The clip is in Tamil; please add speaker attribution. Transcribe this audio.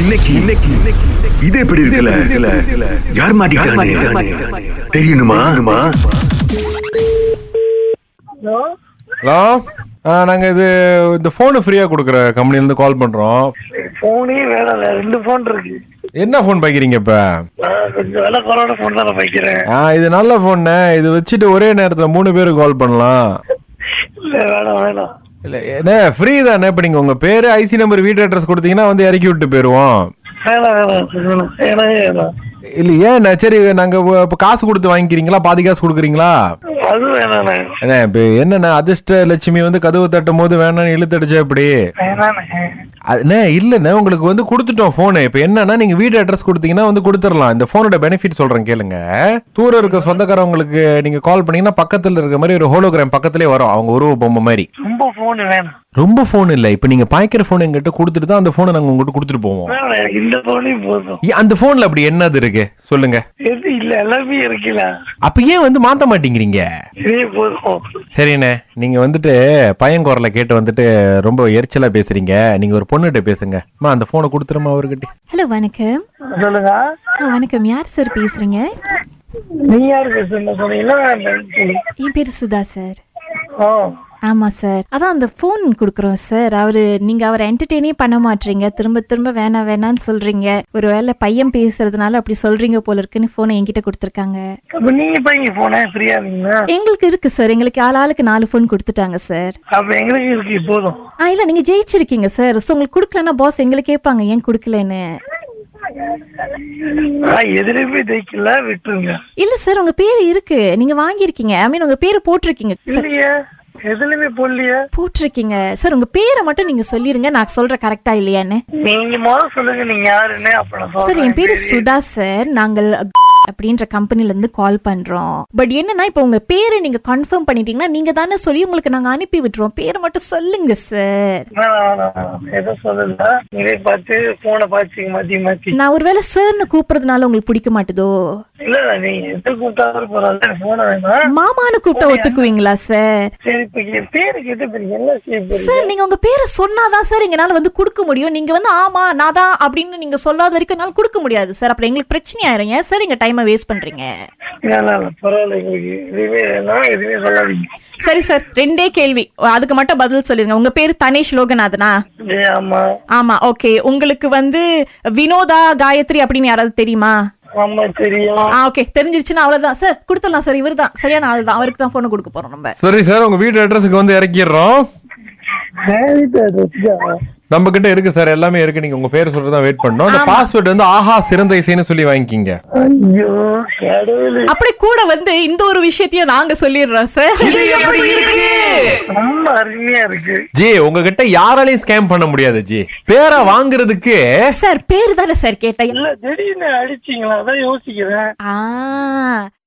Speaker 1: இன்னைக்கு இன்னைக்கு இது எப்படி இருக்குல்ல யார் மாட்டிக்கிட்டானே தெரியணுமா
Speaker 2: ஹலோ
Speaker 3: ஹலோ ஆ, நாங்க இது இந்த போனு ஃப்ரீயா கொடுக்குற கம்பெனில இருந்து கால் பண்றோம்
Speaker 2: போனே வேணாம் ரெண்டு போன் இருக்கு
Speaker 3: என்ன ஃபோன் பாய்க்கிறீங்க இப்ப
Speaker 2: நான் கொஞ்சம் வேலை கொரோனா போன் தான் நான் வைக்கிறேன்
Speaker 3: ஆ இது நல்ல ஃபோன் இது வச்சுட்டு ஒரே நேரத்துல மூணு பேரு கால் பண்ணலாம்
Speaker 2: இல்ல வேணாம் வேணாம்
Speaker 3: இல்ல என்ன ஃப்ரீ தானே இப்ப நீங்க உங்க பேரு ஐசி நம்பர் வீட்டு அட்ரஸ் கொடுத்தீங்கன்னா வந்து இறக்கி விட்டு போயிருவோம்
Speaker 2: வேணாம் வேணாம் வேணாம் வேணாம் வேணாம்
Speaker 3: இல்ல ஏன் சரி நாங்க இப்ப காசு கொடுத்து வாங்கிக்கிறீங்களா பாதி காசு கொடுக்குறீங்களா
Speaker 2: அது வேணாம்
Speaker 3: என்ன இப்ப என்னண்ணா அதிர்ஷ்ட லட்சுமி வந்து கதவு தட்டும் போது வேணாம்னு இழுத்தடிச்சா எப்படி
Speaker 2: வேணாம்
Speaker 3: அண்ணே இல்லண்ணே உங்களுக்கு வந்து கொடுத்துட்டோம் ஃபோனு இப்போ என்னன்னா நீங்க வீடு அட்ரஸ் கொடுத்தீங்கன்னா வந்து கொடுத்துடலாம் இந்த ஃபோனோட பெனிஃபிட் சொல்றேன் கேளுங்க தூரம் இருக்க சொந்தக்காரவங்களுக்கு நீங்க கால் பண்ணீங்கன்னா பக்கத்துல இருக்க மாதிரி ஒரு ஹோலோகிராம் பக்கத்துலயே வரும் அவங்க உருவ பொம்மை மாதிரி
Speaker 2: ரொம்ப போன் வேணாம்
Speaker 3: ரொம்ப ஃபோன் இல்ல இப்போ நீங்க பாய்க்கிற ஃபோன் எங்கிட்ட கொடுத்துட்டு தான் அந்த ஃபோனை நாங்க உங்ககிட்ட கொடுத்துட்டு போவோம்
Speaker 2: வேணாம் எனக்கு இந்த போனே போதும்
Speaker 3: ஏன் அந்த ஃபோன்ல அப்படி என்னது இருக்கு சொல்லுங்க
Speaker 2: எது இல்ல எல்லாமே இருக்குல்ல
Speaker 3: அப்ப ஏன் வந்து மாத்த மாட்டேங்கிறீங்க
Speaker 2: இதே போதும்
Speaker 3: சரிண்ணே நீங்க வந்துட்டு பையன் குரலை கேட்டு வந்துட்டு ரொம்ப எரிச்சலா பேசுறீங்க நீங்க ஒரு பொண்ணுகிட்ட பேசுங்க அம்மா அந்த ஃபோனை கொடுத்துருமா அவர்கிட்ட
Speaker 4: ஹலோ வணக்கம்
Speaker 2: சொல்லுங்க
Speaker 4: ஆ, வணக்கம் யார் சார் பேசுறீங்க
Speaker 2: நீ யாரு பேசுறீங்க சொன்னீங்களா நான் சொல்லுங்க.
Speaker 4: என் பேர் சுதா சார்
Speaker 2: ஓ
Speaker 4: ஆமா சார் அதான் அந்த ஃபோன் கொடுக்குறோம் சார் அவரு நீங்க அவரை என்டர்டெயினே பண்ண மாட்டீங்க திரும்ப திரும்ப வேணாம் வேணாம்னு சொல்றீங்க ஒருவேளை பையன் பேசுறதுனால அப்படி சொல்றீங்க போல இருக்குன்னு ஃபோனை என்கிட்ட கொடுத்துருக்காங்க
Speaker 2: அப்ப நீங்க இப்ப இங்க போனா ஃப்ரீயா இருந்தீங்கன்னா
Speaker 4: எங்களுக்கு இருக்கு சார் எங்களுக்கு ஆள் ஆளுக்கு நாலு ஃபோன் கொடுத்துட்டாங்க சார்
Speaker 2: அப்ப எங்களுக்கு இருக்கு போதும்
Speaker 4: ஆ இல்ல நீங்க ஜெயிச்சிருக்கீங்க சார் ஸோ உங்களுக்கு கொடுக்கலன்னா பாஸ் எங்களை கேட்பாங்க ஏன் கொடுக்கலன்னு
Speaker 2: நான் எதிரையுமே தைக்கல விட்டுருங்க
Speaker 4: இல்ல சார் உங்க பேர் இருக்கு நீங்க வாங்கியிருக்கீங்க ஐ மீன் உங்க பேரை போட்டிருக்கீங்க சார்
Speaker 2: இல்லையே எதுலயுமே போடலையே
Speaker 4: போட்டிருக்கீங்க சார் உங்க பேரை மட்டும் நீங்க சொல்லிருங்க நான் சொல்றேன் கரெக்டா இல்லையான்னு
Speaker 2: நீங்க முதல்ல சொல்லுங்க நீங்க யாருன்னு அப்ப நான்
Speaker 4: சார்
Speaker 2: சொல்றேன்
Speaker 4: என் பேரு சுதா சார் நாங்கள் அப்படின்ற கம்பெனில இருந்து கால் பண்றோம் பட் என்னன்னா இப்போ உங்க பேரை நீங்க கன்ஃபார்ம் பண்ணிட்டீங்கன்னா நீங்க தானே சொல்லி உங்களுக்கு நாங்க அனுப்பி விட்டுருவோம் பேரை மட்டும் சொல்லுங்க சார்
Speaker 2: வேணாம், வேணாம், வேணாம். எதுவும் சொல்லல நீங்களே பார்த்து போனை பார்த்து மாத்தி மாத்தி
Speaker 4: நான் ஒருவேளை சார்னு கூப்பிடுறதுனால உங்களுக்கு பிடிக்க மாட்டுதோ
Speaker 2: இல்ல இல்ல, நீங்க எது கூப்பிட்டாலும் பரவாயில்ல போன வேணாம்
Speaker 4: மாமான்னு கூப்பிட்டா ஒத்துக்குவீங்களா சார்
Speaker 2: சரி இப்ப என் பேருக்கு எது பேரு என்ன செய்ய போறீங்க
Speaker 4: சார் நீங்க உங்க பேரை சொன்னாதான் சார் எங்களால வந்து கொடுக்க முடியும் நீங்க வந்து ஆமா நான் தான் அப்படின்னு நீங்க சொல்லாத வரைக்கும் என்னால கொடுக்க முடியாது சார் அப்புறம் எங்களுக்கு பிரச்சனை ஆயிரும் ஏன் சார் எங்க டைமை வேஸ்ட் பண்றீங்க
Speaker 2: இல்ல, இல்ல, பரவாயில்ல எங்களுக்கு எதுவுமே வேணாம் எதுவுமே சொல்லாதீங்க
Speaker 4: சரி சார் ரெண்டே கேள்வி அதுக்கு மட்டும் பதில் சொல்லிருங்க உங்க பேரு தனேஷ் லோகநாதனா
Speaker 2: ஏ, ஆமா
Speaker 4: ஆமா ஓகே உங்களுக்கு வந்து வினோதா காயத்ரி அப்படின்னு யாராவது தெரியுமா
Speaker 2: ஆமா தெரியும்
Speaker 4: ஆ ஓகே தெரிஞ்சிருச்சுன்னா அவ்வளவுதான் சார் கொடுத்துடலாம் சார் இவர் தான் சரியான ஆள் தான் அவருக்கு தான் போன் கொடுக்க போறோம் நம்ம
Speaker 3: சரி சார் உங்க வீட்டு அட்ரஸுக்கு வந்து இறக்கிடுறோம்
Speaker 2: சரி, சரி, வச்சுக்கோ.
Speaker 3: நம்ம கிட்ட இருக்கு சார் எல்லாமே இருக்கு நீங்க உங்க பேர் சொல்றதா வெயிட் பண்ணோம் அந்த பாஸ்வேர்ட் வந்து ஆஹா சிறந்த இசைன்னு சொல்லி வாங்கிக்கிங்க
Speaker 2: ஐயோ கடவுளே
Speaker 4: அப்படி கூட வந்து இந்த ஒரு விஷயத்தையும் நாங்க சொல்லிடுறோம் சார்
Speaker 2: ரொம்ப அருமையா இருக்கு
Speaker 3: ஜி உங்ககிட்ட யாராலையும் ஸ்கேம் பண்ண முடியாது ஜி பேரை வாங்குறதுக்கு
Speaker 4: சார் பேரு தானே சார் கேட்டேன்
Speaker 2: இல்ல திடீர்னு அடிச்சீங்களா அதான் யோசிக்கிறேன்
Speaker 4: ஆ